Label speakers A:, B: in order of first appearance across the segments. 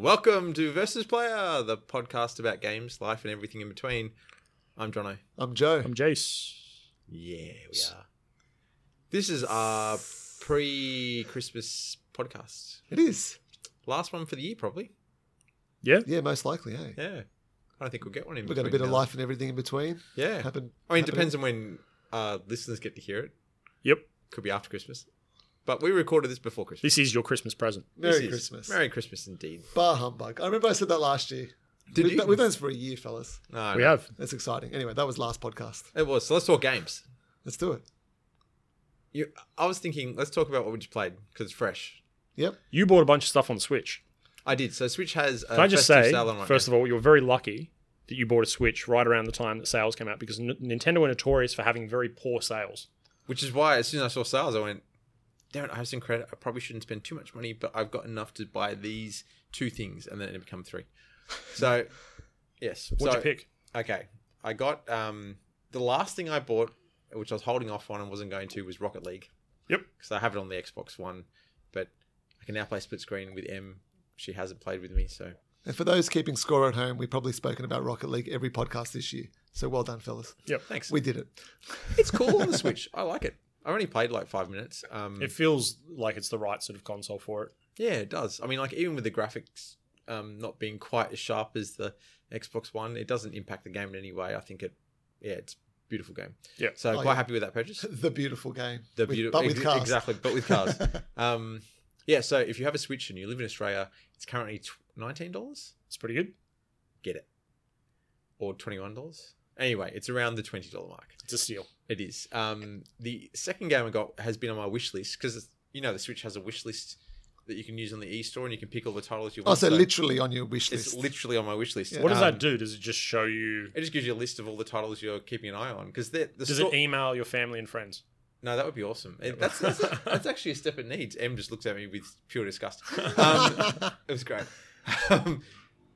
A: welcome to Versus Player, the podcast about games, life, and everything in between. I'm Jono.
B: I'm Joe.
C: I'm Jace.
A: Yeah, we are. This is our pre-Christmas podcast,
B: it is.
A: last one for the year, probably.
C: Yeah.
B: Yeah, most likely, hey.
A: Yeah, I don't think we'll get one in.
B: We've got a
A: between
B: bit of
A: now.
B: life and everything in between.
A: Yeah,
B: Happen.
A: I mean, it
B: happen-
A: depends on when uh, listeners get to hear it.
C: Yep.
A: Could be after Christmas, but we recorded this before Christmas.
C: This is your Christmas present.
A: This
B: Merry
A: is-
B: Christmas.
A: Merry Christmas indeed.
B: Bar humbug. I remember I said that last year.
A: Did
B: we've,
A: you?
B: Done, we've done this for a year, fellas.
A: No,
C: We
A: no.
C: have.
B: That's exciting. Anyway, that was last podcast.
A: It was. So let's talk games.
B: Let's do it.
A: You, I was thinking, let's talk about what we just played because it's fresh.
B: Yep.
C: You bought a bunch of stuff on Switch.
A: I did. So Switch has. A
C: Can I just
A: Uh, festive
C: say,
A: sale on right
C: first
A: now.
C: of all, you're very lucky that you bought a Switch right around the time that sales came out because N- Nintendo are notorious for having very poor sales.
A: which is why as soon as I saw sales, I went, "Damn it! I have some credit. I probably shouldn't spend too much money, but I've got enough to buy these two things, and then it become three. So, yes.
C: What'd
A: so,
C: you pick?
A: Okay, I got um the last thing I bought, which I was holding off on and wasn't going to, was Rocket League.
C: Yep.
A: Because I have it on the Xbox One, but I can now play split screen with M. She hasn't played with me, so
B: And for those keeping score at home, we've probably spoken about Rocket League every podcast this year. So well done, fellas.
C: Yep.
A: thanks.
B: We did it.
A: It's cool on the Switch. I like it. I only played like five minutes. Um,
C: It feels like it's the right sort of console for it.
A: yeah, it does. I mean, like even with the graphics um, not being quite as sharp as the Xbox One, it doesn't impact the game in any way. I think it, yeah, it's a beautiful game.
C: Yeah.
A: So
B: Oh,
A: quite
B: yeah.
A: happy with that purchase.
B: The beautiful game.
A: The
B: With-
A: beauti-
B: but with
A: ex-
B: cars.
A: exactly, but with cars. Um, yeah. So if you have a Switch and you live in Australia, it's currently tw- nineteen dollars.
C: It's pretty good.
A: Get it, or twenty one dollars. Anyway, it's around the twenty dollar mark.
C: It's a steal.
A: It is. Um, the second game I got has been on my wish list because you know the Switch has a wish list that you can use on the e-store and you can pick all the titles you
B: oh,
A: want.
B: so literally on your wish
A: it's
B: list.
A: literally on my wish list.
B: Yeah.
C: What does
A: Um,
C: that do? Does it just show you?
A: It just gives you a list of all the titles you're keeping an eye on because the
C: Does
A: store-
C: it email your family and friends?
A: no, that would be awesome. It- that's, that's that's actually a step it needs. M just looks at me with pure disgust. Um, it was great. Um,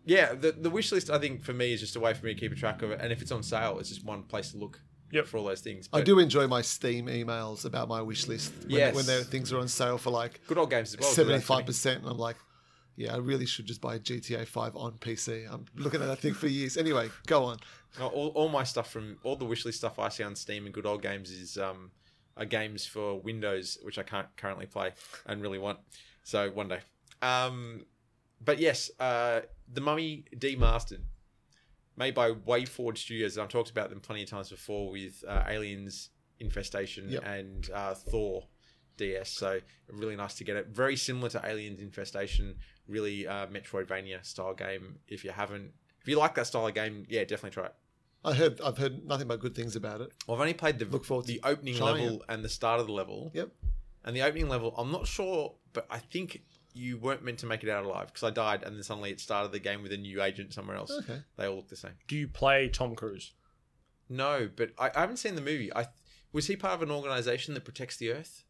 A: yeah, the the wish list I think for me is just a way for me to keep a track of it, and if it's on sale, it's just one place to look
C: Yep.
A: for all those things.
B: I
A: But
B: do enjoy my Steam emails about my wish list when,
A: Yes.
B: when there, things are on sale for like
A: good old games as well. so that's
B: seventy-five percent, and I'm like, yeah, I really should just buy GTA Five on PC. I'm looking at that thing for years. Anyway, go on.
A: No, all, all my stuff from all the wishlist stuff I see on Steam and Good Old Games is um, are games for Windows, which I can't currently play and really want. So one day. Um, but yes, uh, the Mummy Demastered, made by Wayford Studios. and I've talked about them plenty of times before with uh, Aliens Infestation
B: Yep.
A: and uh, Thor DS. So really nice to get it. Very similar to Aliens Infestation, really uh, Metroidvania style game. If you haven't, if you like that style of game, yeah, definitely try it.
B: I heard I've heard nothing but good things about it.
A: Well, I've only played the
B: Look forward to
A: the opening
B: trying
A: level and the start of the level.
B: Yep.
A: And the opening level, I'm not sure, but I think you weren't meant to make it out alive because I died, and then suddenly it started the game with a new agent somewhere else.
B: Okay.
A: They all look the same.
C: Do you play Tom Cruise?
A: No, but I, I haven't seen the movie. I was he part of an organization that protects the Earth?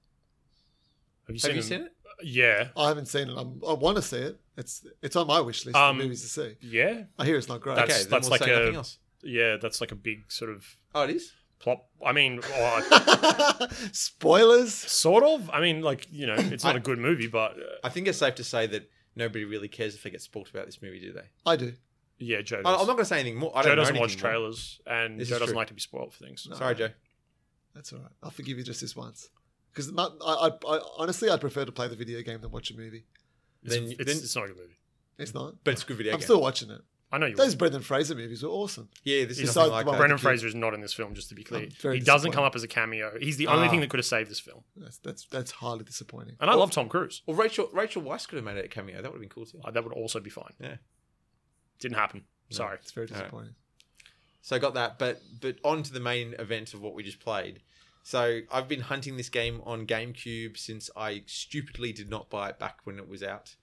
C: Have you
A: Have you
C: him?
A: seen it?
C: Yeah.
B: I haven't seen it. I'm, I want to see it. It's it's on my wish list
C: Um,
B: of movies to see.
C: Yeah.
B: I hear it's not great.
C: That's-
A: okay, then
C: that's
A: we'll
C: like
A: say
C: a-
A: nothing else.
C: Yeah. That's like a big sort of
A: Oh, it is.
C: plop. I mean, oh,
B: Spoilers.
C: Sort of. I mean, like you know, it's not a good movie, but uh,
A: I think it's safe to say that nobody really cares if they get spoiled about this movie, do they?
B: I do.
C: yeah, Joe.
A: I,
C: Does.
A: I'm not going to say anything more. I don't
C: Joe
A: know
C: doesn't watch
A: anything more.
C: trailers, and
A: This
C: Joe
A: is
C: doesn't
A: true.
C: like to be spoiled for things.
B: No.
A: Sorry, Joe.
B: That's all right. I'll forgive you just this once. Because I, I, I honestly, I'd prefer to play the video game than watch a movie.
C: It's,
A: Then-
C: it's,
A: then-
C: it's not a good movie.
B: It's not.
A: But it's a good video
B: I'm
A: game.
B: still watching it.
C: I know you.
B: Those Brendan Fraser movies were awesome.
A: yeah, this is
B: Besides
A: nothing
B: the
A: like
B: one-
A: that.
C: Brendan
B: kid.
C: Fraser is not in this film, just to be clear.
B: I'm very
C: He doesn't
B: disappointed.
C: come up as a cameo. He's the only
A: Oh, Ah.
C: thing that could have saved this film.
B: That's that's, that's highly disappointing.
C: And I love Tom Cruise.
A: Well, Rachel Rachel Weisz could have made it a cameo. That would have been cool too.
C: Uh, that would also be fine.
A: Yeah.
C: Didn't happen. Sorry.
B: It's very
A: All right.
B: disappointing.
A: So I got that, but but on to the main event of what we just played. So I've been hunting this game on GameCube since I stupidly did not buy it back when it was out,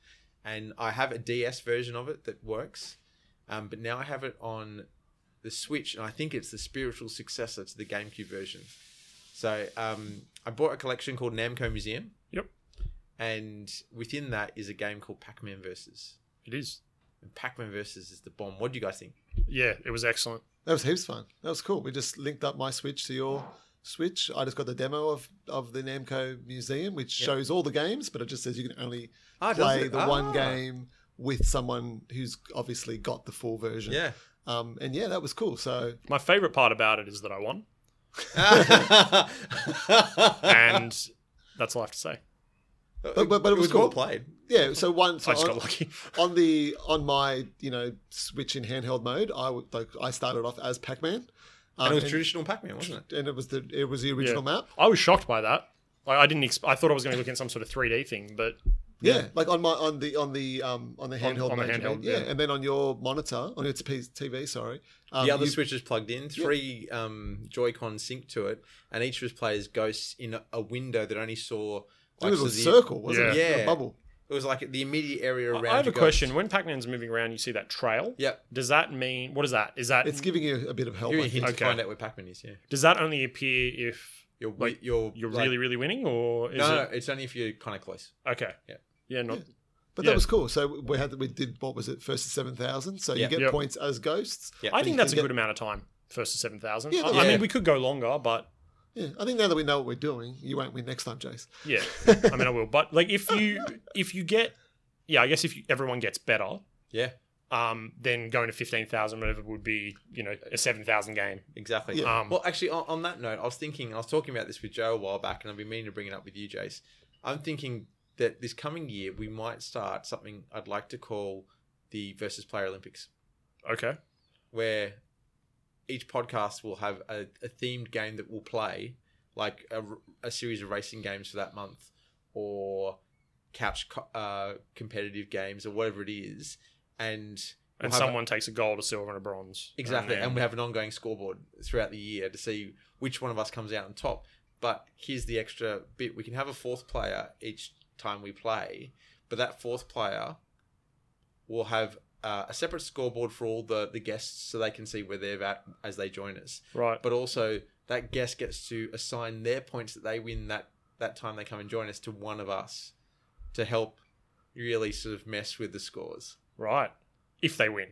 A: and I have a DS version of it that works, um, but now I have it on the Switch, and I think it's the spiritual successor to the GameCube version. So um, I bought a collection called Namco Museum.
C: Yep.
A: And within that is a game called Pac-Man Versus.
C: It is.
A: And Pac-Man Versus is the bomb. What do you guys think?
C: Yeah, it was excellent.
B: That was heaps fun. That was cool. We just linked up my Switch to your Switch. I just got the demo of, of the Namco Museum, which
A: Yeah.
B: shows all the games, but it just says you can only
A: Ah, does
B: play
A: it?
B: the one
A: Ah.
B: game with someone who's obviously got the full version.
A: Yeah.
B: Um, and yeah, that was cool. So
C: My favorite part about it is that I won,
A: and
C: and that's all I have to say.
A: but,
B: but it was
A: well
B: cool.
A: played.
B: yeah, so one so
C: I just got
B: on-
C: lucky.
B: on the on my you know switch in handheld mode i would like i started off as pac-man um,
A: And it was traditional Pac-Man, wasn't it?
B: and it was the it was the original map
C: I was shocked by that. Like I didn't. Exp- I thought I was going to look in some sort of 3D thing, but
B: yeah. like on my on the on the um on the handheld
C: on the
B: mode you
C: handheld,
B: mean. yeah.
C: yeah.
B: and then on your monitor on your t- tv sorry um,
A: the other
B: you-
A: switch is plugged in, three um, Joy-Con synced to it, and each of us players ghosts in a, a window that only saw.
B: it was a
A: so the-
B: circle wasn't it
A: Yeah.
B: A
A: Yeah.
B: bubble
A: It was like the immediate area
C: I-
A: around.
C: I have a
A: your ghost.
C: question. When Pac-Man's moving around, you see that trail.
A: Yep.
C: Does that mean what is that? Is that
B: it's giving you a bit of help
A: Give me
B: I
A: a hint
B: think.
A: to
C: Okay.
A: find out where Pac-Man is. Yeah,
C: does that only appear if
A: you're wi-
C: Like,
A: you're
C: you're
A: like-
C: really really winning, or is
A: no, no,
C: it
A: it's only if you're kind of close.
C: okay?
A: Yeah.
C: Yeah. Not.
B: Yeah. but
C: Yeah.
B: that was cool so we had we did what was it first to 7000 so
A: Yeah.
B: you get
C: Yep.
B: points as ghosts
A: Yeah.
C: I
B: But
C: think
B: you
C: that's a
B: can
C: good amount of time. First to seven thousand.
B: Yeah,
C: I,
B: that's-
C: I
A: Yeah.
C: mean, we could go longer, but
B: yeah i think now that we know what we're doing you won't win next time jace
C: yeah. I mean, I will. But like, if you if you get, yeah, I guess if you, everyone gets better,
A: Yeah,
C: um, then going to fifteen thousand whatever would be you know a seven thousand game.
A: exactly.
B: Yeah.
C: Um,
A: Well, actually, on, on that note, I was thinking, I was talking about this with Joe a while back, and I've been meaning to bring it up with you, Jace. I'm thinking that this coming year we might start something I'd like to call the versus player Olympics,
C: okay.
A: where each podcast will have a, a themed game that we'll play, like a, r- a series of racing games for that month, or couch co- uh, competitive games, or whatever it is, and
C: And
A: We'll have a-
C: someone takes a gold, a silver, and a bronze.
A: Exactly,
C: then-
A: and we have an ongoing scoreboard throughout the year to see which one of us comes out on top. But here's the extra bit: we can have a fourth player each time we play, but that fourth player will have uh, a separate scoreboard for all the the guests, so they can see where they're at as they join us.
C: right.
A: But also, that guest gets to assign their points that they win that that time they come and join us to one of us to help really sort of mess with the scores
C: Right. If they win.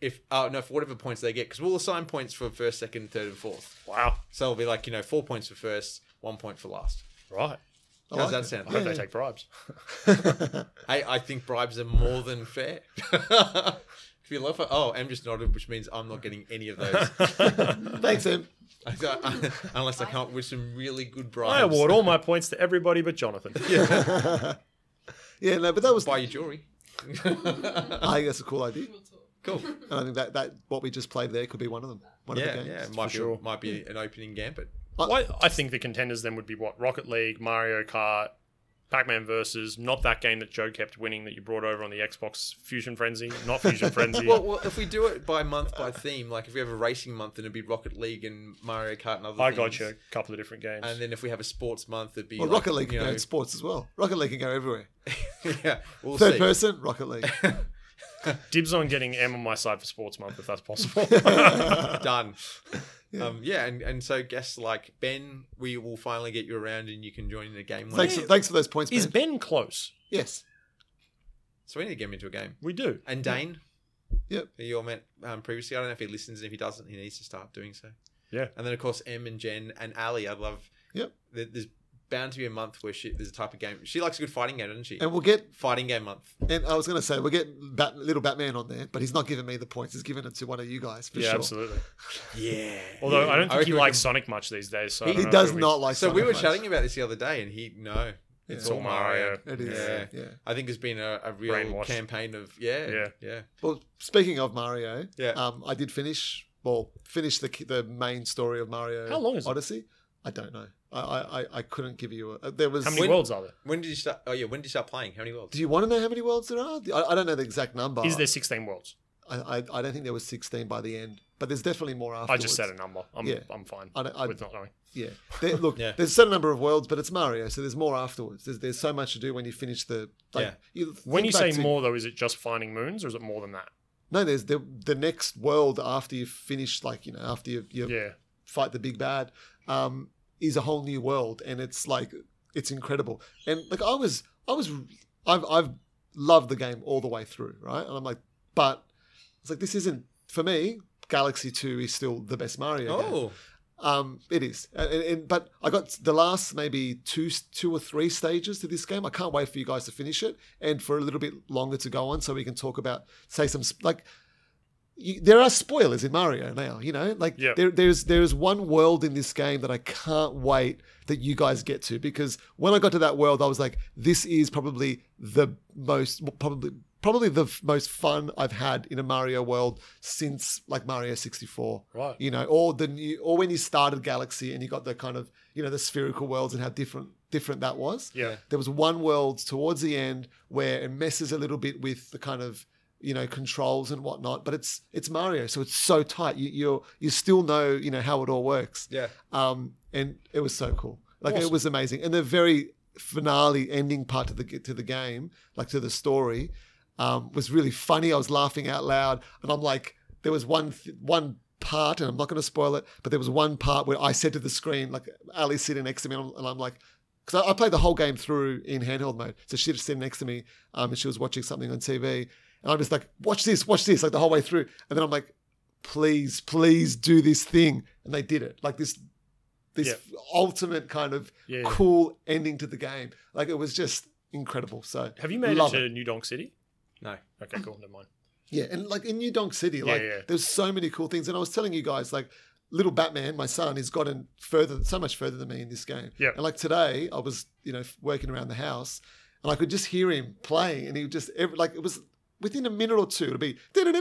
A: if oh no for whatever points they get because we'll assign points for first second third and fourth
C: Wow.
A: so it'll be like you know four points for first one point for last
C: Right.
B: I
A: How's
B: like
A: that sound?
C: I hope
B: Yeah.
C: they take bribes.
A: hey i think bribes are more than fair if you love it oh em just nodded which means i'm not getting any of those
B: thanks em
A: I got- unless i come up with some really good bribes
C: I award all my points to everybody but Jonathan.
A: yeah,
B: yeah no but that was
A: buy your jewelry
B: I think that's a cool idea.
A: cool
B: And I think that, that what we just played there could be one of them. One of
A: yeah
B: the games.
A: yeah might be,
C: sure.
A: might be an opening gambit
C: Why, I think the contenders then would be what Rocket League, Mario Kart, Pac-Man versus not that game that Joe kept winning that you brought over on the Xbox Fusion Frenzy, not Fusion Frenzy.
A: well, well, if we do it by month by theme, like if we have a racing month, then it'd be Rocket League and Mario Kart and other.
C: I
A: things.
C: got you. A couple of different games.
A: And then if we have a sports month, it'd be
B: Well,
A: like,
B: Rocket League
A: You
B: can go
A: know,
B: in sports as well. Rocket League can go everywhere.
A: yeah, we'll
B: Third
A: see.
B: person, Rocket League.
C: Dibs on getting M on my side for Sports Month if that's possible.
A: Done. Um, yeah, and, and so guests like Ben, we will finally get you around and you can join in a game. one
B: thanks,
A: day.
B: for, thanks for those points,
C: Is
B: man.
C: Ben close?
B: Yes.
A: So we need to get him into a game.
C: We do.
A: And Dane,
B: Yep.
A: who you all met um, previously, I don't know if he listens, and if he doesn't, he needs to start doing so.
C: Yeah.
A: And then of course Em and Jen and Ali, I love.
B: Yep.
A: there- There's bound to be a month where she, there's a type of game. She likes a good fighting game, doesn't she?
B: And we'll get.
A: fighting game month.
B: And I was going to say we'll get Bat, little Batman on there, but he's not giving me the points. He's giving it to one of you guys for
C: yeah,
B: sure.
C: absolutely.
A: Yeah.
C: Although I don't think
A: reckon
C: he
A: we
C: likes
A: can-
C: Sonic much these days. So I
A: He
C: don't
B: He
C: know if
B: does
C: it'll be-
B: not like.
A: So we
B: Sonic
A: were
B: much.
A: chatting about this the other day, and he no, it's
C: It's
A: all
C: all Mario.
A: Mario.
B: It is.
A: Yeah.
B: Yeah.
A: I think there's been a, a real
C: Brainwashed.
A: campaign of yeah, yeah,
C: Yeah.
A: yeah,
B: Well, speaking of Mario,
A: yeah.
B: um, I did finish. Well, finish the the main story of Mario.
C: How long is it?
B: Odyssey? I don't know. I I, I- I couldn't give you. A, there was.
C: How many
A: When-
C: worlds are there?
A: when did you start? Oh yeah, when did you start playing? How many worlds?
B: Do you want to know how many worlds there are? I, I don't know the exact number.
C: Is there 16 worlds?
B: I, I, I don't think there was 16 by the end, but there's definitely more
C: I
B: afterwards.
C: just said a number. I'm,
B: Yeah.
C: I'm fine
B: I don't- I-
C: with not knowing.
B: Yeah. There- look,
A: Yeah.
B: there's a certain number of worlds, but it's Mario, so there's more afterwards. There's, there's so much to do when you finish the. Like,
A: Yeah.
B: You
C: When you
B: think back
C: say
B: to-
C: more, though, is it just finding moons or is it more than that?
B: no, there's the the next world after you finish, like you know, after you, you
C: Yeah.
B: fight the big bad, um, is a whole new world, and it's like it's incredible. And like I was, I was, I've I've loved the game all the way through, right? And I'm like, but it's like this isn't for me. Galaxy Two is still the best Mario. game.
A: oh,
B: Um, it is, and, and, but I got the last maybe two, two or three stages to this game. I can't wait for you guys to finish it, and for a little bit longer to go on, so we can talk about say some sp- like. You, there are spoilers in Mario now, you know. Like
C: Yeah.
B: there, there's there is one world in this game that I can't wait that you guys get to because when I got to that world, I was like, this is probably the most probably probably the f- most fun I've had in a Mario world since like Mario 64
C: Right.
B: you know, or the new, or when you started Galaxy and you got the kind of you know the spherical worlds and how different different that was.
C: Yeah.
B: There was one world towards the end where it messes a little bit with the kind of you know controls and whatnot, but it's it's Mario, so it's so tight. You you you still know you know how it all works.
A: Yeah.
B: Um, and it was so cool. Like it
C: Awesome.
B: was amazing. And the very finale ending part to the to the game, like to the story, um, was really funny. I was laughing out loud, and I'm like, there was one th- one part, and I'm not going to spoil it, but there was one part where I said to the screen, like Ali's sitting next to me, and I'm, and I'm like. Because I, I played the whole game through in handheld mode, so she was sitting next to me, um, and she was watching something on TV, and I'm just like, "Watch this, watch this!" like the whole way through, and then I'm like, "Please, please do this thing," and they did it. Like this this
C: Yeah.
B: ultimate kind of
C: Yeah.
B: cool ending to the game. Like it was just incredible. So
C: Have you made it
B: Love
C: to New Donk City?
A: No.
C: Okay, cool. Never mind.
B: yeah, and like in New Donk City,
C: Yeah,
B: like
C: yeah.
B: there's so many cool things. And I was telling you guys, like little Batman, my son, has gotten further, so much further than me in this game.
C: Yeah.
B: And like today, I was you know f- working around the house, and I could just hear him playing, and he would just every, like it was within a minute or two, it'd be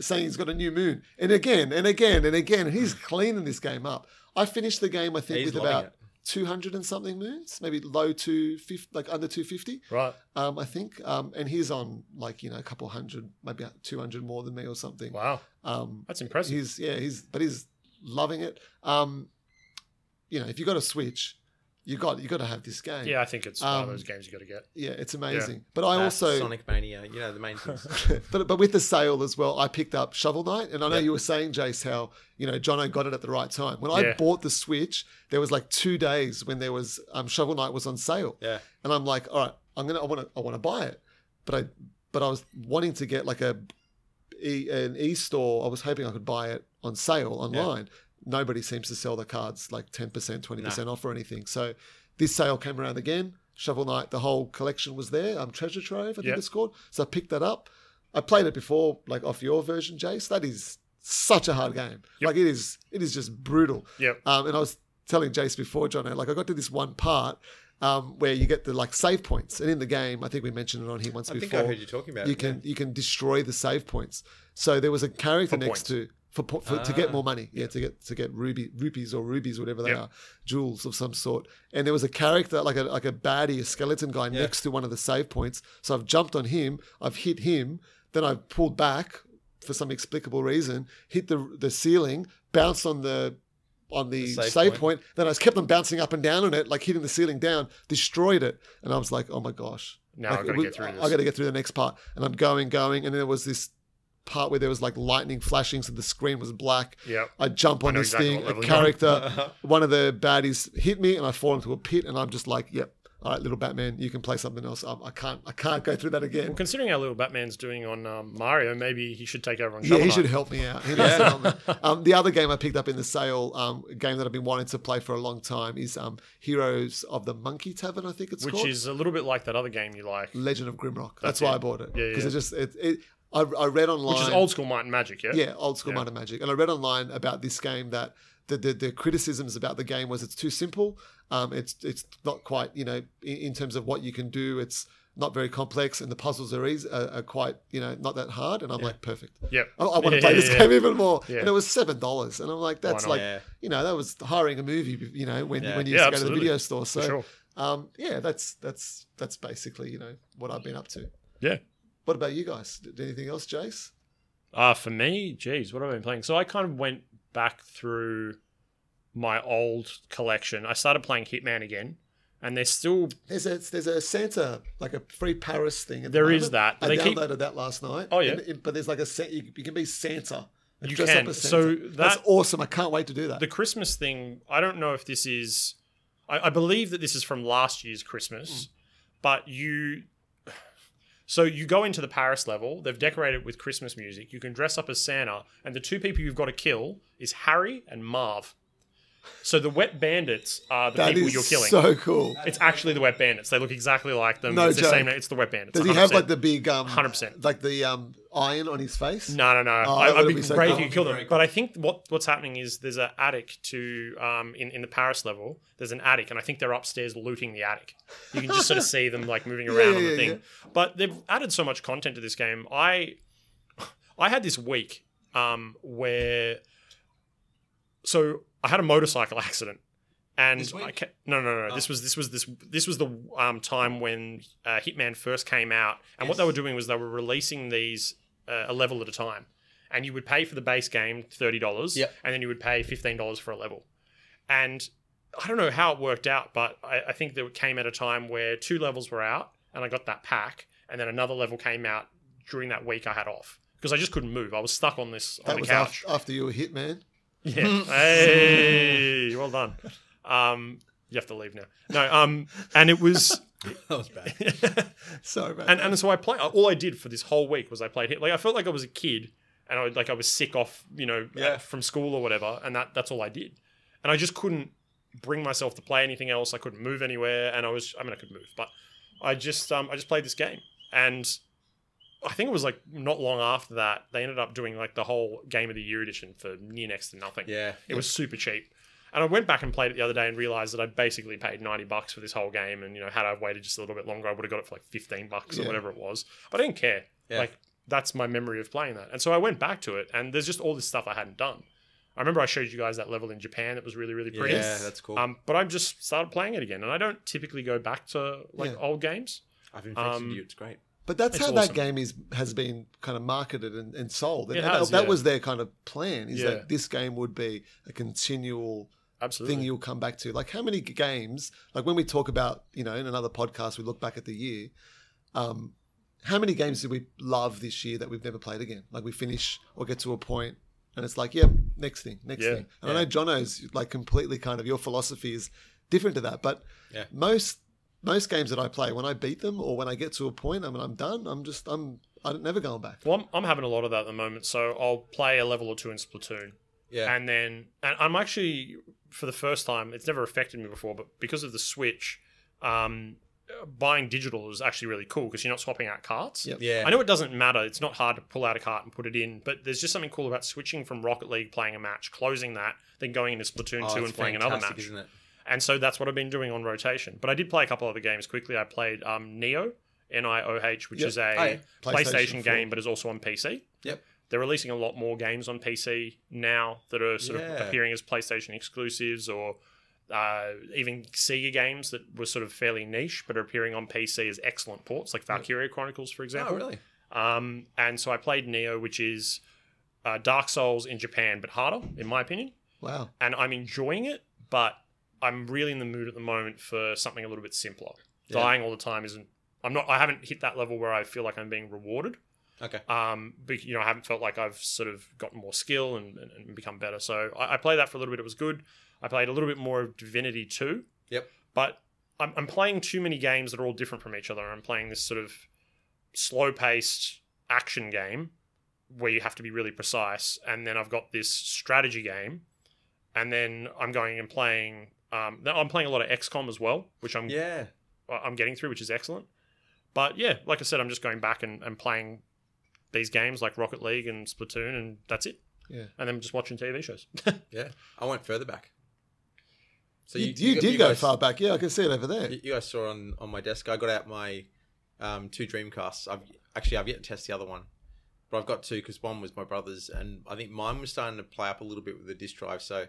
B: saying he's got a new moon, and again and again and again, and he's cleaning this game up. I finished the game, I think,
A: He's
B: with
A: loving
B: about
A: it.
B: 200 and something moons, maybe low 250, like under 250
C: Right.
B: um, I think. Um, and he's on like you know a couple hundred, maybe two hundred more than me or something.
C: Wow.
B: Um,
C: That's impressive.
B: he's yeah, he's but he's loving it. Um, you know, if you got a Switch, you got you got to have this game.
C: Yeah, I think it's one of
B: Um,
C: those games you got to get.
B: yeah, it's amazing. But I
A: That,
B: also.
A: Sonic Mania, you know the main things.
B: but but with the sale as well, I picked up Shovel Knight, and I know
C: Yeah.
B: you were saying, Jace, how you know Jono got it at the right time. When I
C: Yeah.
B: bought the Switch, there was like two days when there was um, Shovel Knight was on sale,
A: Yeah.
B: and I'm like, all right, I'm gonna, I want to, I want to buy it, but I, but I was wanting to get like a, e, an e store. I was hoping I could buy it on sale online. Nobody seems to sell the cards like ten percent, twenty percent off or anything. So this sale came around again. Shovel Knight, the whole collection was there. Um, Treasure Trove, I think
C: Yeah.
B: it's called. So I picked that up. I played it before, like off your version, Jace. That is such a hard game.
C: Yep.
B: Like it is, it is just brutal.
C: Yep.
B: Um, and I was telling Jace before, John, like I got to this one part um, where you get the like save points, and in the game, I think we mentioned it on here once
A: I
B: before.
A: think I heard you talking about
B: you
A: it.
B: can you can destroy the save points. So there was a character
C: For
B: next
C: points.
B: to for, po- for to get
A: Ah.
B: more money, yeah, to get to get ruby rupees or rubies, whatever they
C: Yep.
B: are, jewels of some sort. And there was a character like a like a baddie, a skeleton guy
A: Yeah.
B: next to one of the save points. So I've jumped on him, I've hit him, then I've pulled back for some explicable reason, hit the the ceiling, bounced on the on the,
A: The
B: save,
A: save
B: point. Then I just kept on bouncing up and down on it, like hitting the ceiling down, destroyed it. And I was like, oh my gosh.
C: Now
B: Like,
C: I've
B: it
C: got to
B: was-
C: get through this.
B: I got to get through the next part. And I'm going, going. And then there was this part where there was like lightning flashing, so the screen was black.
C: Yep.
B: I jump
C: I
B: on
C: know
B: this
C: exactly
B: thing,
C: what
B: a
C: level you're on.
B: character, one of the baddies hit me, and I fall into a pit. And I'm just like, yep. All right, little Batman, you can play something else. Um, I, I can't, I can't go through that
C: Well,
B: again.
C: considering how little Batman's doing on um, Mario, maybe he should take over on Shovel
B: Yeah, he
C: Knight.
B: should help me out. He does help me. Um, the other game I picked up in the sale, um, a game that I've been wanting to play for a long time, is um, Heroes of the Monkey Tavern. I think it's
C: Which
B: called
C: is a little bit like that other game you like, which
B: Legend of Grimrock. That's,
C: That's
B: why
C: it.
B: I bought it
C: Yeah,
B: because
C: yeah.
B: it just it. it I, I read online,
C: is old school Might and Magic, yeah?
B: yeah, old school
C: Yeah.
B: Might and Magic, and I read online about this game that the the, the criticisms about the game was it's too simple. Um, it's it's not quite you know in, in terms of what you can do. It's not very complex, and the puzzles are easy, are, are quite you know not that hard. And I'm like perfect.
C: Yep.
B: I, I want to
C: Yeah,
B: play
C: yeah,
B: this
C: yeah.
B: game even more.
C: Yeah.
B: And it was seven dollars, and I'm like, that's
C: not?
B: like
A: Yeah.
B: you know that was hiring a movie, you know, when
A: Yeah.
B: when you used to
C: Yeah,
B: go to the
C: absolutely.
B: video store. So
C: For sure.
B: um, yeah, that's that's that's basically you know what I've been up to.
C: Yeah.
B: What about you guys? Did anything else, Jace?
C: Uh, for me, geez, what have I been playing? So I kind of went back through my old collection. I started playing Hitman again, and there's still
B: There's a there's a Santa like a free Paris thing. At the
C: There is
B: moment.
C: that, but
B: I
C: they keep-
B: downloaded that last night.
C: Oh, yeah.
B: And- and- but there's like a Sa- you, you can be Santa. Like,
C: You
B: dress
C: can. So
B: that's
C: that-
B: awesome. I can't wait to do that.
C: the Christmas thing. I don't know if this is.
B: Mm.
C: I, I believe that this is from last year's Christmas, but you. So you go into the Paris level, they've decorated it with Christmas music. You can dress up as Santa, and the two people you've got to kill is Harry and Marv. So the wet bandits are the
B: That
C: people
B: is
C: you're killing.
B: so cool.
C: it's actually the wet bandits. They look exactly like them.
B: No
C: it's the
B: joke.
C: same name. It's the wet bandits.
B: Does he have
C: 100%.
B: like the big um,
C: 100%.
B: like the um iron on his face?
C: No, no, no.
B: Oh, that
C: I, I'd
B: would've
C: be
B: been so
C: brave
B: cool.
C: if you kill them.
A: Very cool.
C: But I think what what's happening is there's an attic to um in, in the Paris level. There's an attic, and I think they're upstairs looting the attic. You can just sort of see them like moving
B: Yeah,
C: around on
B: yeah,
C: the
B: yeah,
C: thing.
B: yeah.
C: But they've added so much content to this game. I I had this week um where so I had a motorcycle accident. And
A: This week?
C: I ca- no no no no.
A: Oh.
C: this was this was this this was the um, time when uh, Hitman first came out, and what
A: Yes.
C: they were doing was they were releasing these uh, a level at a time, and you would pay for the base game thirty dollars,
A: Yep.
C: and then you would pay fifteen dollars for a level, and I don't know how it worked out, but I, I think that it came at a time where two levels were out, and I got that pack, and then another level came out during that week I had off because I just couldn't move. I was stuck on this on
B: That
C: the
B: was
C: couch.
B: after, after you were hit, man.
C: Yeah. hey, well done. Um, you have to leave now. No. Um, and it was,
A: That was bad.
B: Sorry, man.
C: and and so I play. All I did for this whole week was I played hit. Like I felt like I was a kid, and I like I was sick off, you know, uh,
A: Yeah.
C: from school or whatever. And that that's all I did, and I just couldn't bring myself to play anything else. I couldn't move anywhere, and I was. I mean, I could move, but I just um I just played this game, and I think it was like not long after that they ended up doing like the whole game of the year edition for near next to nothing.
A: Yeah.
C: It was super cheap. And I went back and played it the other day and realized that I basically paid 90 bucks for this whole game. And, you know, had I waited just a little bit longer, I would have got it for like 15 bucks
B: Yeah.
C: or whatever it was. But I didn't care.
A: Yeah.
C: Like, that's my memory of playing that. And so I went back to it, and there's just all this stuff I hadn't done. I remember I showed you guys that level in Japan that was really, really pretty.
A: Yeah, that's cool.
C: Um, but I've just started playing it again. And I don't typically go back to like
B: Yeah.
C: old games.
A: I've infected
C: um,
A: you. It's great.
B: but that's
C: it's
B: how
C: awesome.
B: that game is has been kind of marketed and, and sold. And
C: It
B: that-
C: has,
B: that,
C: yeah.
B: was their kind of plan is
C: Yeah.
B: that this game would be a continual
C: Absolutely.
B: thing you'll come back to. Like how many g- games? Like when we talk about you know in another podcast, we look back at the year. Um, how many games did we love this year that we've never played again? Like we finish or get to a point, and it's like, yep, next thing, next
C: Yeah,
B: thing. And I know Jono's like completely kind of your philosophy is different to that, but
A: Yeah.
B: most most games that I play, when I beat them or when I get to a point, I mean, I'm done. I'm just I'm I'm never going back.
C: Well, I'm, I'm having a lot of that at the moment. So I'll play a level or two in Splatoon.
A: Yeah.
C: And then, and I'm actually for the first time. It's never affected me before, but because of the Switch, um, buying digital is actually really cool because you're not swapping out carts.
B: Yep.
A: yeah.
C: I know it doesn't matter. It's not hard to pull out a cart and put it in, but there's just something cool about switching from Rocket League, playing a match, closing that, then going into Splatoon
A: Oh,
C: two
A: it's
C: and playing another
A: fantastic,
C: match.
A: Isn't it?
C: And so that's what I've been doing on rotation. But I did play a couple other games quickly. I played um, Neo, N I O H, which
B: Yep.
C: is a
A: Oh, yeah.
C: PlayStation,
B: 4.
C: game, but is also on PC.
A: Yep.
C: They're releasing a lot more games on PC now that are sort of
A: Yeah.
C: appearing as PlayStation exclusives or uh, even Sega games that were sort of fairly niche but are appearing on PC as excellent ports, like Valkyria Chronicles, for example.
A: Oh, really?
C: Um, and so I played Neo, which is uh, Dark Souls in Japan, but harder, in my opinion
B: Wow.
C: and I'm enjoying it, but I'm really in the mood at the moment for something a little bit simpler.
A: Yeah.
C: Dying all the time isn't. I'm not. I haven't hit that level where I feel like I'm being rewarded.
A: Okay.
C: Um, but, you know, I haven't felt like I've sort of gotten more skill and, and, and become better. So I, I played that for a little bit. It was good. I played a little bit more of Divinity 2.
A: Yep.
C: But I'm, I'm playing too many games that are all different from each other. I'm playing this sort of slow paced action game where you have to be really precise. And then I've got this strategy game. And then I'm going and playing. Um, no, I'm playing a lot of XCOM as well, which I'm
A: Yeah.
C: I- I'm getting through, which is excellent. But yeah, like I said, I'm just going back and, and playing these games like Rocket League and Splatoon, and that's it.
B: Yeah.
C: And then just watching TV shows.
A: Yeah. I went further back. So
B: you, you, did go
A: guys-
B: far back. Yeah, I can see it over there.
A: You you guys saw on on my desk. I got out my um, two Dreamcasts. I've actually I've yet to test the other one, but I've got two because one was my brother's, and I think mine was starting to play up a little bit with the disc drive. So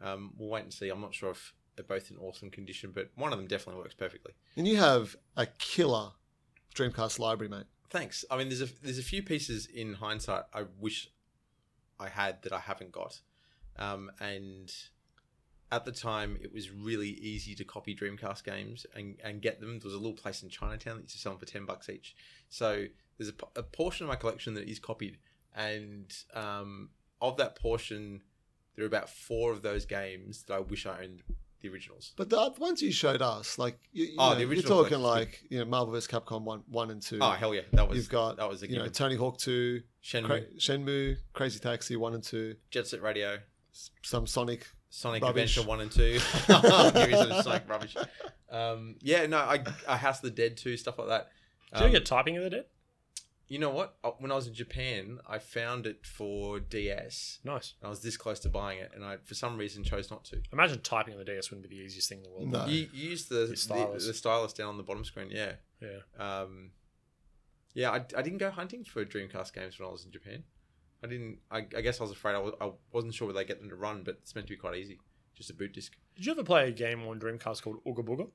A: um, we'll wait and see. I'm not sure if they're both in awesome condition, but one of them definitely works perfectly.
B: And you have a killer Dreamcast library, mate.
A: Thanks. I mean, there's a there's a few pieces in hindsight I wish I had that I haven't got, um, and at the time it was really easy to copy Dreamcast games and and get them. There was a little place in Chinatown that used to sell them for ten bucks each. So there's a, po- a portion of my collection that is copied, and um, of that portion, there are about four of those games that I wish I owned the originals.
B: But the oth- ones you showed us, like you, you
A: Oh,
B: know,
A: the
B: you're
A: original
B: talking
A: collection.
B: like you know Marvel vs. Capcom one, one and two.
A: Oh hell yeah, that was
B: You've got
A: that was a
B: you know
A: given.
B: Tony Hawk two,
A: Shenmue,
B: Cra- Shenmue, Crazy Taxi one and two,
A: Jet Set Radio,
B: s- some Sonic.
A: Sonic
B: Rubbish.
A: Adventure One and Two. Give me some Sonic rubbish. Um, yeah, no, I, I House of the Dead too, stuff like that.
C: Did you
A: Um,
C: get typing of the dead?
A: you know what? Uh, When I was in Japan, I found it for DS.
C: Nice.
A: I was this close to buying it, and I for some reason chose not to.
C: Imagine typing of the DS wouldn't be the easiest thing in the world.
B: No.
A: You, you use the,
C: The
A: the,
C: Oh. stylus.
A: the stylus down on the bottom screen. Yeah.
C: Yeah.
A: Um, yeah, I, I didn't go hunting for Dreamcast games when I was in Japan. I didn't. I, I guess I was afraid I, was, I wasn't sure where they get them to run, but it's meant to be quite easy. Just a boot disc.
C: Did you ever play a game on Dreamcast called Ooga Booga?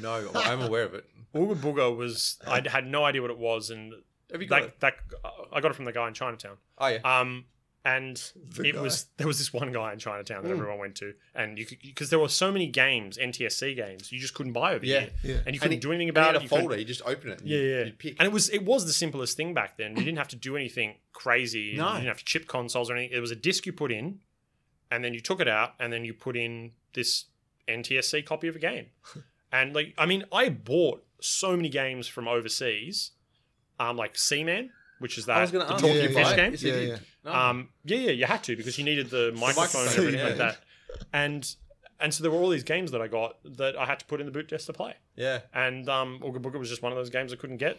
A: No, I'm aware of it.
C: Ooga Booga was I had no idea what it was, and
A: Have you got it?
C: that, that I got it from the guy in Chinatown.
A: Oh yeah.
C: Um, and
B: The
C: it
B: guy.
C: was there was this one guy in Chinatown that
B: Mm.
C: everyone went to, and you because there were so many games, NTSC games, you just couldn't buy over
A: Yeah.
B: Yeah.
C: here, and you
A: And
C: couldn't
A: it-
C: do anything
A: And
C: about
A: you
C: it.
A: had a
C: you couldn't-
A: folder. You just open it. And
C: Yeah, yeah.
A: You pick.
C: and it was it was the simplest thing back then. You didn't have to do anything crazy.
A: No.
C: You didn't have to chip consoles or anything. It was a disc you put in, and then you took it out, and then you put in this NTSC copy of a game. and like, I mean, I bought so many games from overseas, um, like Seaman, which is that
A: I was going
C: the
A: to ask.
C: talking
B: you,
A: did you
C: fish
A: buy it?
C: game.
A: Yes, you
B: Yeah,
A: did.
B: yeah.
A: No.
C: Um, yeah, yeah, you had to because you needed the microphone and
A: microphone,
C: everything like
A: yeah.
C: that. And and so there were all these games that I got that I had to put in the boot desk to play.
A: yeah.
C: And um, Ooga Booga was just one of those games I couldn't get.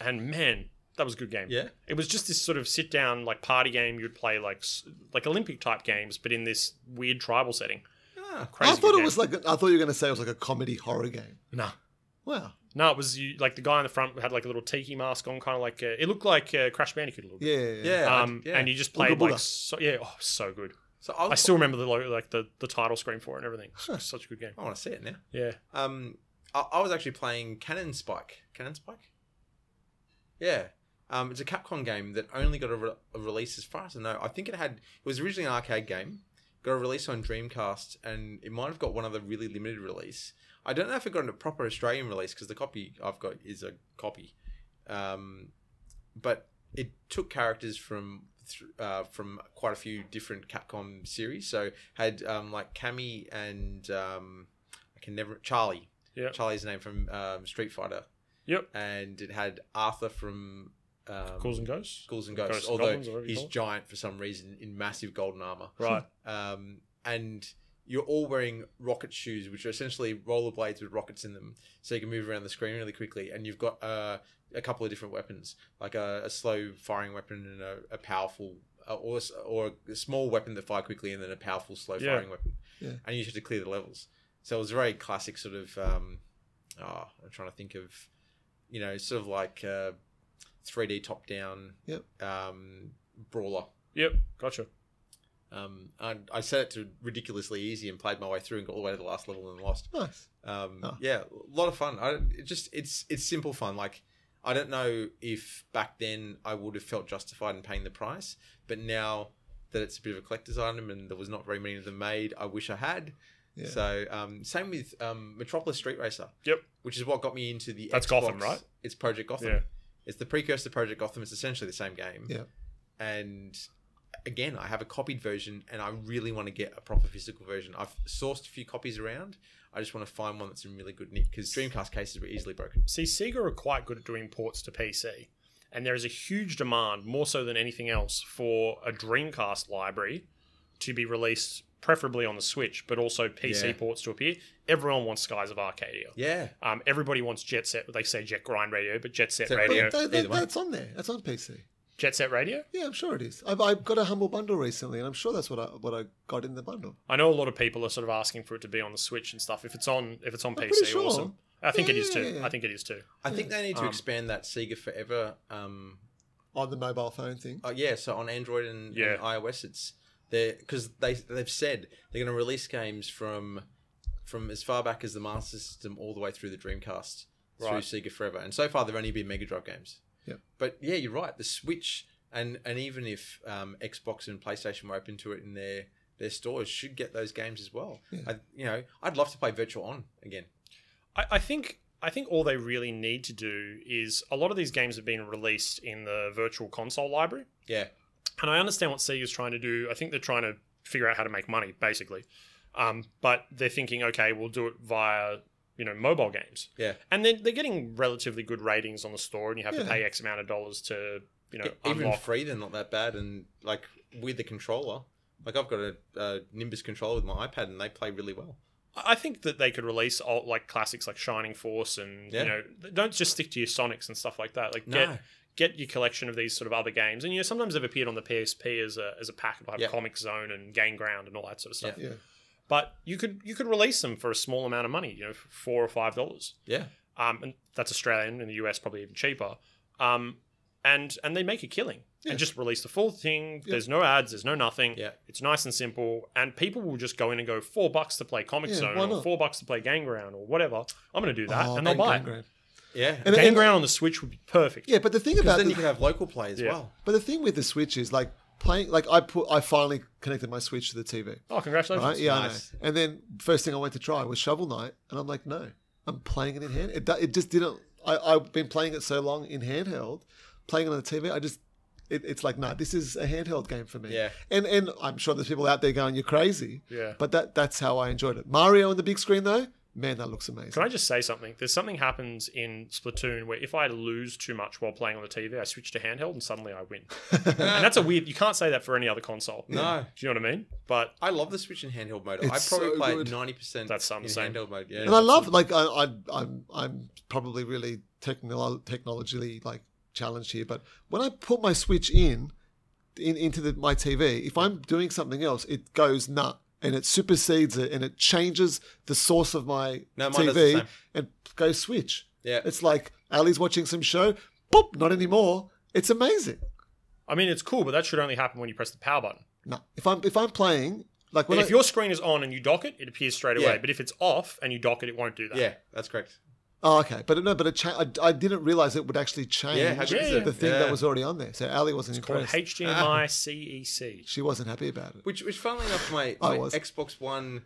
C: And man, that was a good game.
A: Yeah.
C: It was just this sort of sit down like party game you'd play like s- like Olympic type games, but in this weird tribal setting.
A: Ah.
C: Crazy.
B: I thought
C: good
B: it was
C: game.
B: like I thought you were going to say it was like a comedy horror game.
C: no,
B: Wow.
C: no, it was you, like the guy in the front had like a little tiki mask on, kind of like uh it looked like uh, Crash Bandicoot a little bit.
B: Yeah. Yeah. yeah.
A: Yeah. I-
C: Um,
A: yeah.
C: and you just played
B: Booga.
C: like so, yeah, oh, so good.
A: so I'll,
C: I still remember the lo- like the, the title screen for it and everything. It's
B: Huh.
C: Such a good game.
A: I want to see it now.
C: Yeah,
A: Um, I, I was actually playing Cannon Spike. Cannon Spike. Yeah. Um, it's a Capcom game that only got a, re- a release as far as I know. I think it had it was originally an arcade game, got a release on Dreamcast, and it might have got one other really limited release. I don't know if it got a proper Australian release because the copy I've got is a copy. Um, but it took characters from th- uh, from quite a few different Capcom series. So had um, like Cammy and um, I can never Charlie.
C: Yep.
A: Charlie's name from um, Street Fighter.
C: Yep.
A: And it had Arthur from um,
C: Ghouls and Ghosts.
A: Ghouls and Ghosts,
C: Ghosts and
A: although
C: Goblins, or whatever you
A: he's
C: call it.
A: giant for some reason in massive golden armor.
C: Right.
A: Um, and you're all wearing rocket shoes, which are essentially rollerblades with rockets in them, so you can move around the screen really quickly. And you've got uh, a couple of different weapons, like a, a slow firing weapon and a, a powerful, uh, or s- or a small weapon that fire quickly, and then a powerful slow
C: Yeah.
A: firing weapon.
B: Yeah.
A: And you just have to clear the levels. So it was a very classic sort of. Um, oh, I'm trying to think of, you know, sort of like uh, 3D top down
B: Yep.
A: um, brawler.
C: Yep. Gotcha.
A: Um, I, I set it to ridiculously easy and played my way through and got all the way to the last level and lost.
B: Nice.
A: Um,
B: Oh.
A: Yeah, a lot of fun. I it just it's it's simple fun. Like I don't know if back then I would have felt justified in paying the price, but now that it's a bit of a collector's item and there was not very many of them made, I wish I had.
B: Yeah.
A: So um, same with um, Metropolis Street Racer.
C: Yep.
A: Which is what got me into the
C: That's
A: Xbox.
C: Gotham, right?
A: It's Project Gotham.
C: Yeah.
A: It's the precursor to Project Gotham. It's essentially the same game.
B: Yeah.
A: And again, I have a copied version, and I really want to get a proper physical version. I've sourced a few copies around. I just want to find one that's in really good nick because Dreamcast cases were easily broken.
C: See, Sega are quite good at doing ports to PC, and there is a huge demand, more so than anything else, for a Dreamcast library to be released, preferably on the Switch, but also PC
A: Yeah.
C: ports to appear. Everyone wants Skies of Arcadia.
A: Yeah.
C: Um, everybody wants Jet Set. They say Jet Grind Radio, but Jet Set
A: Set
B: But
C: Radio.
A: Radio.
B: that- that-
A: either way.
B: that's on there. That's on PC.
C: Jet Set Radio.
B: Yeah, I'm sure it is. I've, I've got a humble bundle recently, and I'm sure that's what I what I got in the bundle.
C: I know a lot of people are sort of asking for it to be on the Switch and stuff. If it's on, if it's on
B: I'm
C: PC,
B: pretty sure.
C: awesome. I think it is
B: Yeah, yeah,
C: too.
B: yeah.
C: I think it is too.
A: I think they need to
C: Um,
A: expand that Sega Forever. Um,
B: On the mobile phone thing.
A: oh yeah, so on Android and,
C: Yeah.
A: and iOS, it's they because they they've said they're going to release games from from as far back as the Master System all the way through the Dreamcast
C: Right.
A: through Sega Forever, and so far they've only been Mega Drive games.
B: Yep.
A: But yeah, you're right. The Switch and and even if um, Xbox and PlayStation were open to it in their their stores, should get those games as well.
B: Yeah.
A: I, you know, I'd love to play Virtual On again.
C: I, I think I think all they really need to do is a lot of these games have been released in the virtual console library.
A: Yeah.
C: And I understand what Sega's trying to do. I think they're trying to figure out how to make money, basically. Um, but they're thinking, okay, we'll do it via you know mobile games.
A: Yeah.
C: and then they're getting relatively good ratings on the store, and you have to
B: Yeah.
C: pay X amount of dollars to you know
A: Yeah, E-, even
C: unlock.
A: free, they're not that bad. And like with the controller, like I've got a, a Nimbus controller with my iPad, and they play really well.
C: I I think that they could release old, like classics like Shining Force, and
A: Yeah.
C: you know don't just stick to your Sonics and stuff like that. Like
A: No,
C: get get your collection of these sort of other games. And you know, sometimes they've appeared on the PSP as a as a pack. It'll have
A: Yeah.
C: Comic Zone and Game Ground and all that sort of stuff.
B: Yeah. Yeah.
C: But you could you could release them for a small amount of money, you know, for four or five dollars.
A: yeah,
C: Um, and that's Australian in the US probably even cheaper. Um, and and they make a killing
B: Yeah.
C: and just release the full thing.
B: Yeah.
C: There's no ads. There's no nothing.
A: Yeah.
C: It's nice and simple, and people will just go in and go four bucks to play Comic
B: Yeah,
C: Zone
B: why
C: or
B: not?
C: four bucks to play Game Ground or whatever. I'm going to do that,
B: Oh,
C: and they'll
B: man,
C: buy
B: Gangrel.
A: yeah.
B: And-
C: it. Game Ground on the Switch would be perfect.
B: Yeah, but the thing
A: Because
B: about
A: then
B: the,
A: you could have local play as
C: Yeah.
A: well.
B: but the thing with the Switch is like playing. Like I put, I finally connected my Switch to the TV.
C: Oh, congratulations!
B: Right? Yeah, I know.
A: nice.
B: And then first thing I went to try was Shovel Knight, and I'm like, no, I'm playing it in hand. It, do- it just didn't. I, I've been playing it so long in handheld, playing it on the TV. I just, it, it's like, no, this is a handheld game for me.
A: Yeah.
B: And and I'm sure there's people out there going, you're crazy.
C: Yeah.
B: But that that's how I enjoyed it. Mario on the big screen though, man, that looks amazing.
C: Can I just say something? There's something happens in Splatoon where if I lose too much while playing on the TV, I switch to handheld and suddenly I win. and that's a weird. You can't say that for any other console.
A: No.
C: Do you know what I mean? But
A: I love the Switch in handheld mode. I
B: It's
A: probably
B: so
A: play
B: good.
A: it ninety percent.
C: That's some
A: in
C: same.
A: handheld mode. Yeah,
B: and I love like I, I I'm I'm probably really technolo- technologically like challenged here, but when I put my switch in, in into the, my TV, if I'm doing something else, it goes nut and it supersedes it and it changes the source of my
A: No, mine does the
B: TV
A: same.
B: and goes switch.
A: yeah.
B: It's like Ali's watching some show, boop, not anymore. It's amazing.
C: I mean, it's cool, but that should only happen when you press the power button.
B: No, if I'm if I'm playing like when
C: if
B: I,
C: your screen is on and you dock it, it appears straight
A: Yeah.
C: away. But if it's off and you dock it, it won't do that.
A: yeah, that's correct.
B: oh okay, but no, but it cha- I, I didn't realize it would actually change
A: Yeah, how good is
C: Yeah.
A: it?
B: the thing
A: yeah.
B: that was already on there. So Ali wasn't
C: Called
B: impressed.
C: HDMI E CEC.
B: she wasn't happy about it.
A: Which, which, funnily enough, my,
B: I
A: my
B: was.
A: Xbox One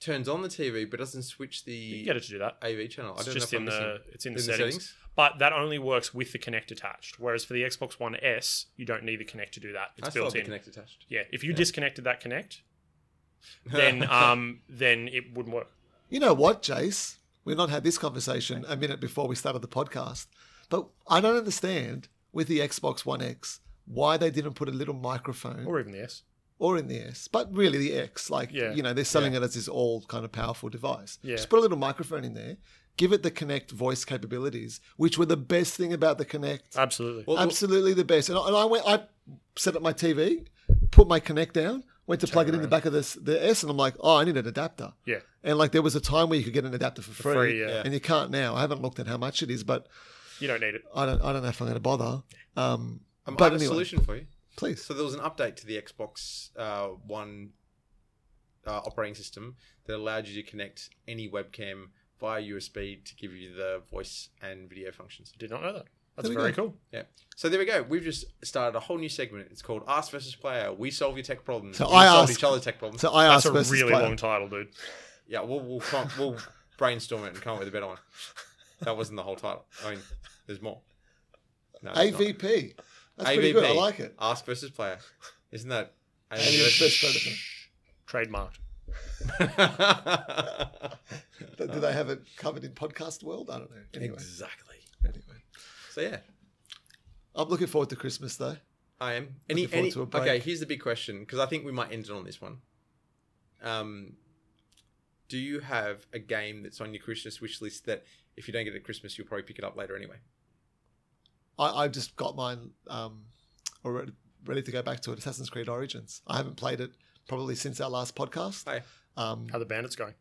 A: turns on the TV but doesn't switch
C: You
A: the
C: get it to do that.
A: AV channel. I
C: It's
A: don't
C: just
A: know if
C: in
A: I'm missing-
C: the it's in the settings. But that only works with the connect attached. Whereas for the Xbox One S, you don't need the connect to do that. It's
A: I still
C: built
A: have the
C: in.
A: connect attached.
C: Yeah. If you disconnected that connect, then um then it wouldn't work.
B: You know what, Jace? We've not had this conversation a minute before we started the podcast, but I don't understand with the Xbox One X why they didn't put a little microphone or,
C: Or even the S.
B: in the S, but really the X. Like,
C: Yeah.
B: you know, they're selling it as this all kind of powerful device.
C: Yeah.
B: Just put a little microphone in there, give it the Connect voice capabilities, which were the best thing about the Connect.
C: Absolutely.
A: Well,
B: Absolutely the best. And I, and I went, I set up my TV, put my Connect down, went to plug it in the
C: around.
B: back of this, the S, and I'm like, oh, I need an adapter.
C: yeah.
B: And like there was a time where you could get an adapter for free,
C: free, yeah.
B: and you can't now. I haven't looked at how much it is, but
C: You don't need it.
B: I don't. I don't know if I'm going to bother. Um,
A: I'm
B: but
A: a
B: anyway,
A: solution for you.
B: please.
A: So there was an update to the Xbox uh, One uh, operating system that allowed you to connect any webcam via USB to give you the voice and video functions.
C: Did not know that. That's
B: There we
C: very
B: go.
C: cool.
A: Yeah. So there we go. We've just started a whole new segment. It's called Ask versus Player. We solve your tech problems.
B: So
A: we
B: I
A: solve
B: ask-
A: each other tech problems.
B: So I
C: That's
B: asked
C: a
B: versus
C: really
B: player.
C: long title, dude.
A: yeah, we'll we'll, come, we'll brainstorm it and come up with a better one. That wasn't the whole title. I mean, there's more. No, it's not.
B: AVP. That's pretty good. I like it.
A: Ask versus player. Isn't that?
B: Alien versus Predator.
C: Trademarked.
B: But Do they have it covered in podcast world? I don't know. Anyway,
A: exactly.
B: anyway,
A: So yeah,
B: I'm looking forward to Christmas though.
A: I am. Any,
B: Looking forward
A: any,
B: to a break.
A: okay, here's the big question because I think we might end it on this one. Um, do you have a game that's on your Christmas wish list that if you don't get it at Christmas, you'll probably pick it up later anyway?
B: I, I've just got mine um, already ready to go back to it. Assassin's Creed Origins. I haven't played it probably since our last podcast.
A: Hi.
B: Um,
C: How the bandits going?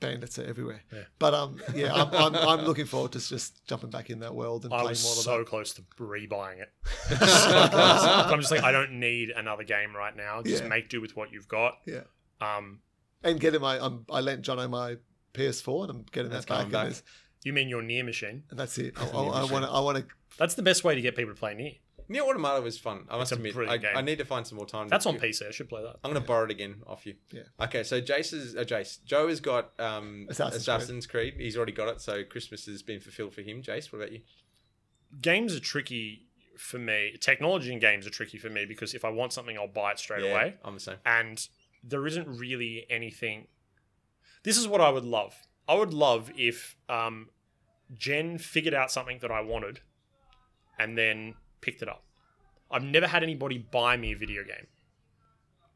B: bandits are everywhere.
C: Yeah.
B: But um, yeah, I'm, I'm, I'm looking forward to just jumping back in that world and
C: I
B: playing
C: was
B: more
C: so
B: of
C: close to re-buying it.
B: that.
C: I'm just like, I don't need another game right now. Just
B: Yeah.
C: make do with what you've got.
B: Yeah.
C: Um,
B: and getting my, I'm, I lent Jono my PS4 and I'm getting
A: That's
B: that back.
A: coming back.
B: And, it's-
C: you mean your near machine?
B: and that's it. I
A: That's gonna be
B: want to. I want to.
C: That's the best way to get people to play near.
A: Near Automata was fun. I must
C: a
A: admit, I,
C: brilliant game.
A: I need to find some more time. to-
C: That's on PC. I should play that.
A: I'm gonna borrow it again off you.
B: Yeah.
A: Okay, so Jace's uh, Jace Joe has got um, Assassin's,
B: Assassin's
A: Creed. He's already got it, so Christmas has been fulfilled for him. Jace, what about you?
C: Games are tricky for me. Technology in games are tricky for me because if I want something, I'll buy it straight
A: Yeah,
C: away.
A: I'm the same.
C: And there isn't really anything This is what I would love. I would love if um, Jen figured out something that I wanted and then picked it up. I've never had anybody buy me a video game.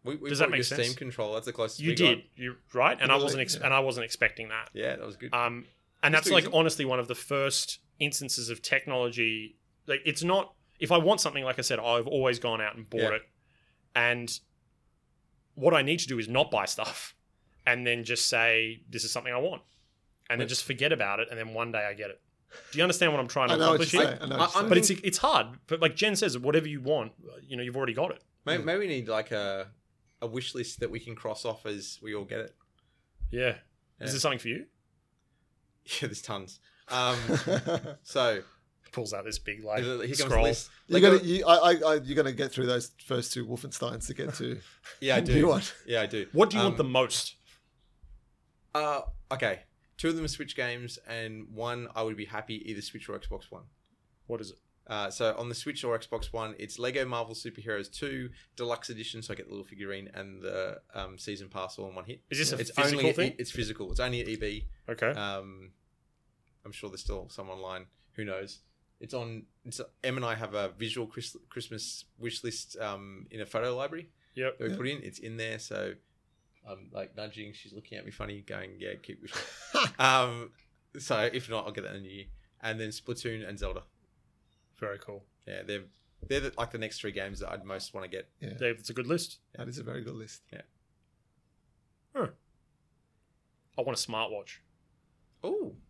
A: We, we
C: Does that
A: bought
C: make
A: your
C: sense?
A: Steam controller. That's the closest
C: You
A: we
C: did,
A: got.
C: you right? And I wasn't, ex-
B: Yeah.
C: and I wasn't expecting that.
A: Yeah, that was good.
C: Um, and
A: That's
C: that's like
A: easy.
C: honestly one of the first instances of technology. Like it's not if I want something, like I said, I've always gone out and bought
A: Yeah.
C: it. And what I need to do is not buy stuff, and then just say this is something I want, and then
A: Wait.
C: just forget about it, and then one day I get it. Do you understand what I'm trying to
B: I know what
C: accomplish
B: you
C: here?
B: say. I know what
A: I-
B: you
A: I'm-
B: say.
C: But it's it's hard. But like Jen says, whatever you want, you know, you've already got it.
A: May maybe we need like a a wish list that we can cross off as we all get it.
C: Yeah.
A: Yeah.
C: Is this something for you?
A: Yeah, there's tons. Um, so
C: Pulls out this big like
A: here comes the
C: scroll.
A: list.
B: you're
A: Like, uh,
B: gonna, you, I, I, I, you're gonna get through those first two Wolfensteins to get to
A: yeah, I
B: the new
A: do.
B: one.
A: Yeah, I do.
C: What do you want
A: Um,
C: the most?
A: Uh, okay, two of them are Switch games, and one I would be happy either Switch or Xbox One.
C: What is it?
A: Uh, so on the Switch or Xbox One, it's Lego Marvel Superheroes 2 Deluxe Edition, so I get the little figurine and the um, season pass all in one hit.
C: Is this a
A: It's
C: physical
A: only e,
C: thing?
A: it's physical. It's only at EB.
C: okay.
A: Um, I'm sure there's still some online. Who knows? It's on. It's, em and I have a visual Chris, Christmas wish list um, in a photo library
C: yep.
A: that we
B: Yeah.
A: put in. It's in there, so I'm like nudging. She's looking at me funny, going, "Yeah, keep wishing." um, so if not, I'll get that in the new year. And then Splatoon and Zelda.
C: Very cool.
A: Yeah, they're they're the, like the next three games that I'd most want to get.
C: Dave, it's a good list.
B: That is a very good list.
C: I want a smartwatch.
A: Ooh, you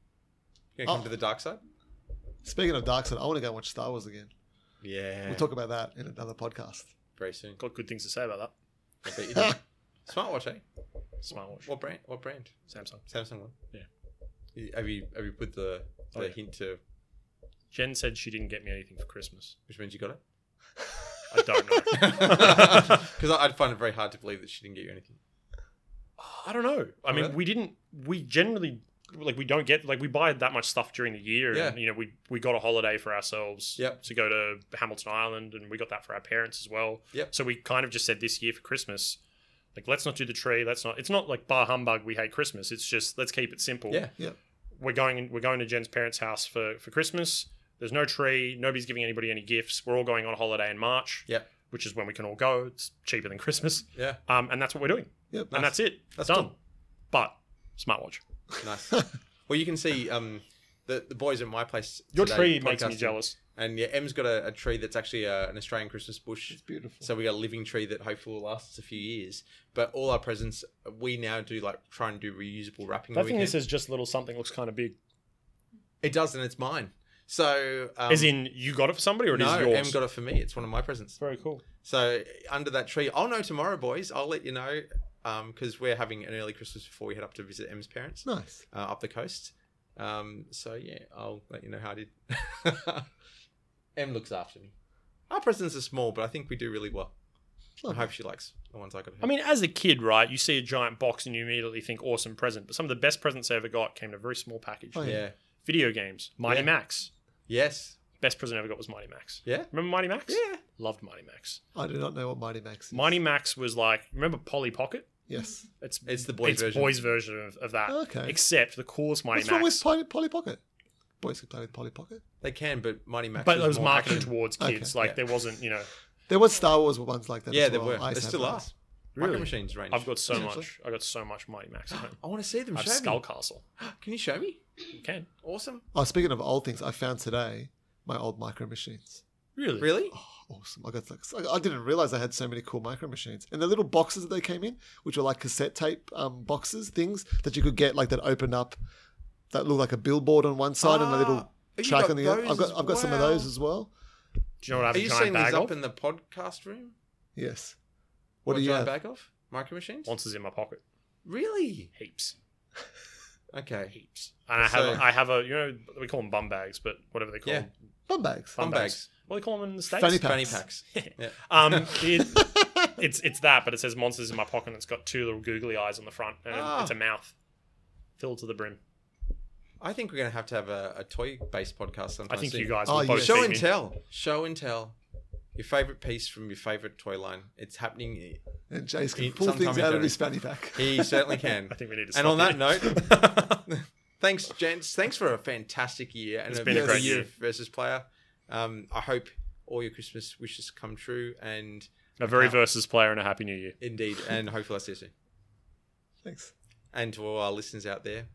A: gonna come
B: Oh.
A: to the dark side?
B: Speaking of Dark Side, I want to go and watch Star Wars again.
A: Yeah,
B: We'll talk about that in another podcast.
A: very soon.
C: Got good things to say about that.
A: I bet you do. Smartwatch, eh?
C: Smartwatch.
A: What brand? What brand?
C: Samsung.
A: Samsung one.
C: Yeah.
A: Y- Have you have you put the, the
C: Oh, yeah.
A: hint to
C: Jen said she didn't get me anything for Christmas.
A: which means you got it?
C: I don't know.
A: Because I'd find it very hard to believe that she didn't get you anything.
C: I don't know. I mean,
A: really?
C: we didn't. We generally like we don't get like we buy that much stuff during the year.
A: Yeah.
C: And, you know, we we got a holiday for ourselves.
A: Yep.
C: To go to Hamilton Island, and we got that for our parents as well.
A: Yep.
C: So we kind of just said this year for Christmas, like let's not do the tree. Let's not. It's not like bar humbug. We hate Christmas. It's just let's keep it simple.
A: Yeah.
C: we're going we're going to Jen's parents' house for for Christmas. There's no tree. Nobody's giving anybody any gifts. We're all going on holiday in March.
A: Yep.
C: Which is when we can all go. It's cheaper than Christmas.
A: Yeah.
C: Um, and that's what we're doing.
B: Yep.
C: And that's it.
A: That's
C: done.
A: cool.
C: But smartwatch.
A: Nice. well, you can see um, the the boys at my place.
C: Your
A: today
C: tree makes me
A: podcasting,
C: jealous.
A: And yeah, Em's got a, a tree that's actually uh an Australian Christmas bush.
B: It's beautiful.
A: So we got a living tree that hopefully will last us a few years. But all our presents, we now do like try and do reusable wrapping.
C: I
A: when we
C: think this
A: can.
C: is just little something looks kind of big.
A: it does, and it's mine. So um,
C: As in, you got it for somebody or it is
A: no,
C: yours?
A: Em got it for me. It's one of my presents.
C: Very cool.
A: So under that tree, I'll know tomorrow, boys. I'll let you know because we're having an early Christmas before we head up to visit Em's parents
B: It's nice.
A: uh, up the coast. Um, so yeah, I'll let you know how I did. Em looks after me. Our presents are small, but I think we do really well. I
B: Lovely.
A: hope she likes the ones I got. Her.
C: Oh. I mean, as a kid, right, you see a giant box and you immediately think awesome present. But some of the best presents I ever got came in a very small package.
B: Oh,
A: yeah.
C: Video games. Mighty
A: Yeah.
C: Max.
A: Yes.
C: Best present I ever got was Mighty Max.
A: Yeah.
C: Remember Mighty Max?
A: Yeah.
C: Loved Mighty Max.
B: I do not know what Mighty Max is.
C: Mighty Max was like, remember Polly Pocket?
B: Yes.
C: It's
A: It's the boys'
C: it's
A: version.
C: boys version of, of that.
A: Uh,
B: Okay.
C: Except the coolest Mighty
B: What's wrong with
C: Max.
B: Polly, Polly Pocket? Boys can play with Polly Pocket.
A: They can, but Mighty Max.
C: but it
A: is
C: was
A: more
C: marketed
A: action.
C: towards
B: Okay,
C: kids. Like
A: yeah.
C: there wasn't, you know.
B: There was Star Wars ones like that.
A: Yeah,
B: as
A: there
B: well.
A: were.
B: I
A: There
B: used to
A: still
B: have
A: are.
B: those.
A: Micro
C: Really?
A: machines range.
C: I've got so
B: Actually.
C: much. I got so much Mighty Max. at home.
A: I want to see them.
C: I have
A: Show
C: Skull
A: me.
C: Castle.
A: Can you show me?
C: You can.
A: Awesome.
B: Oh, speaking of old things, I found today my old micro machines.
C: Really?
A: Really?
B: Oh, awesome! I got like, so- I didn't realize I had so many cool micro machines, and the little boxes that they came in, which were like cassette tape um, boxes, things that you could get like that opened up, that looked like a billboard on one side and a
A: Ah.
B: little track on the other. I've got I've got some of those as well.
C: Do you know what I have
A: Are
C: a
A: you
C: giant
A: seeing these
C: bag
A: up
C: of?
A: in the podcast room?
B: Yes. What, do you
A: giant
B: have?
A: bag of? Micro machines?
C: Monsters in my pocket.
A: Really?
C: Heaps.
A: Okay.
C: Heaps. And I have
A: So-
C: I have a you know we call them bum bags, but whatever they call
A: Yeah.
C: them.
B: Bum bags.
A: Bum
C: Bum
A: bags.
C: bags. What do they call them in the states?
B: Fanny pack.
A: Fanny
B: Bags.
A: packs. Yeah.
C: Um, it, it's it's that, but it says monsters in my pocket. and It's got two little googly eyes on the front, and
A: Ah.
C: it's a mouth filled to the brim.
A: I think we're going to have to have a, a toy based podcast sometime.
C: I think
A: soon.
C: you guys
B: Oh,
C: will
B: you
C: both
B: should.
A: Show
C: beat
A: and
C: me.
A: tell. Show and tell. Your favorite piece from your favorite toy line. It's happening
B: And Jace can
A: He-
B: pull things
A: sometime in
B: out of
A: theory.
B: his fanny pack.
A: He certainly can.
C: I think we need to.
A: and on
C: stop
A: that note, thanks, gents. Thanks for a fantastic year and
C: It's
A: a
C: been
B: a
A: busy
B: great
A: year
C: year.
A: of versus player. Um, I hope all your Christmas wishes come true, and
C: A very
A: Wow.
C: versus player and a happy new year.
A: indeed, and hopefully I see you soon.
B: Thanks.
A: And to all our listeners out there,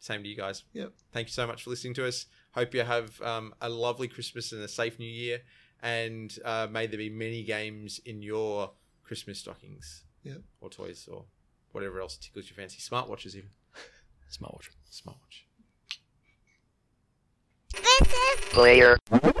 A: same to you guys.
B: Yep.
A: Thank you so much for listening to us. Hope you have um, a lovely Christmas and a safe New Year, and uh, may there be many games in your Christmas stockings.
B: Yep.
A: Or toys, or whatever else tickles your fancy. Smartwatches, even
C: Smartwatch.
A: smartwatch.
D: player.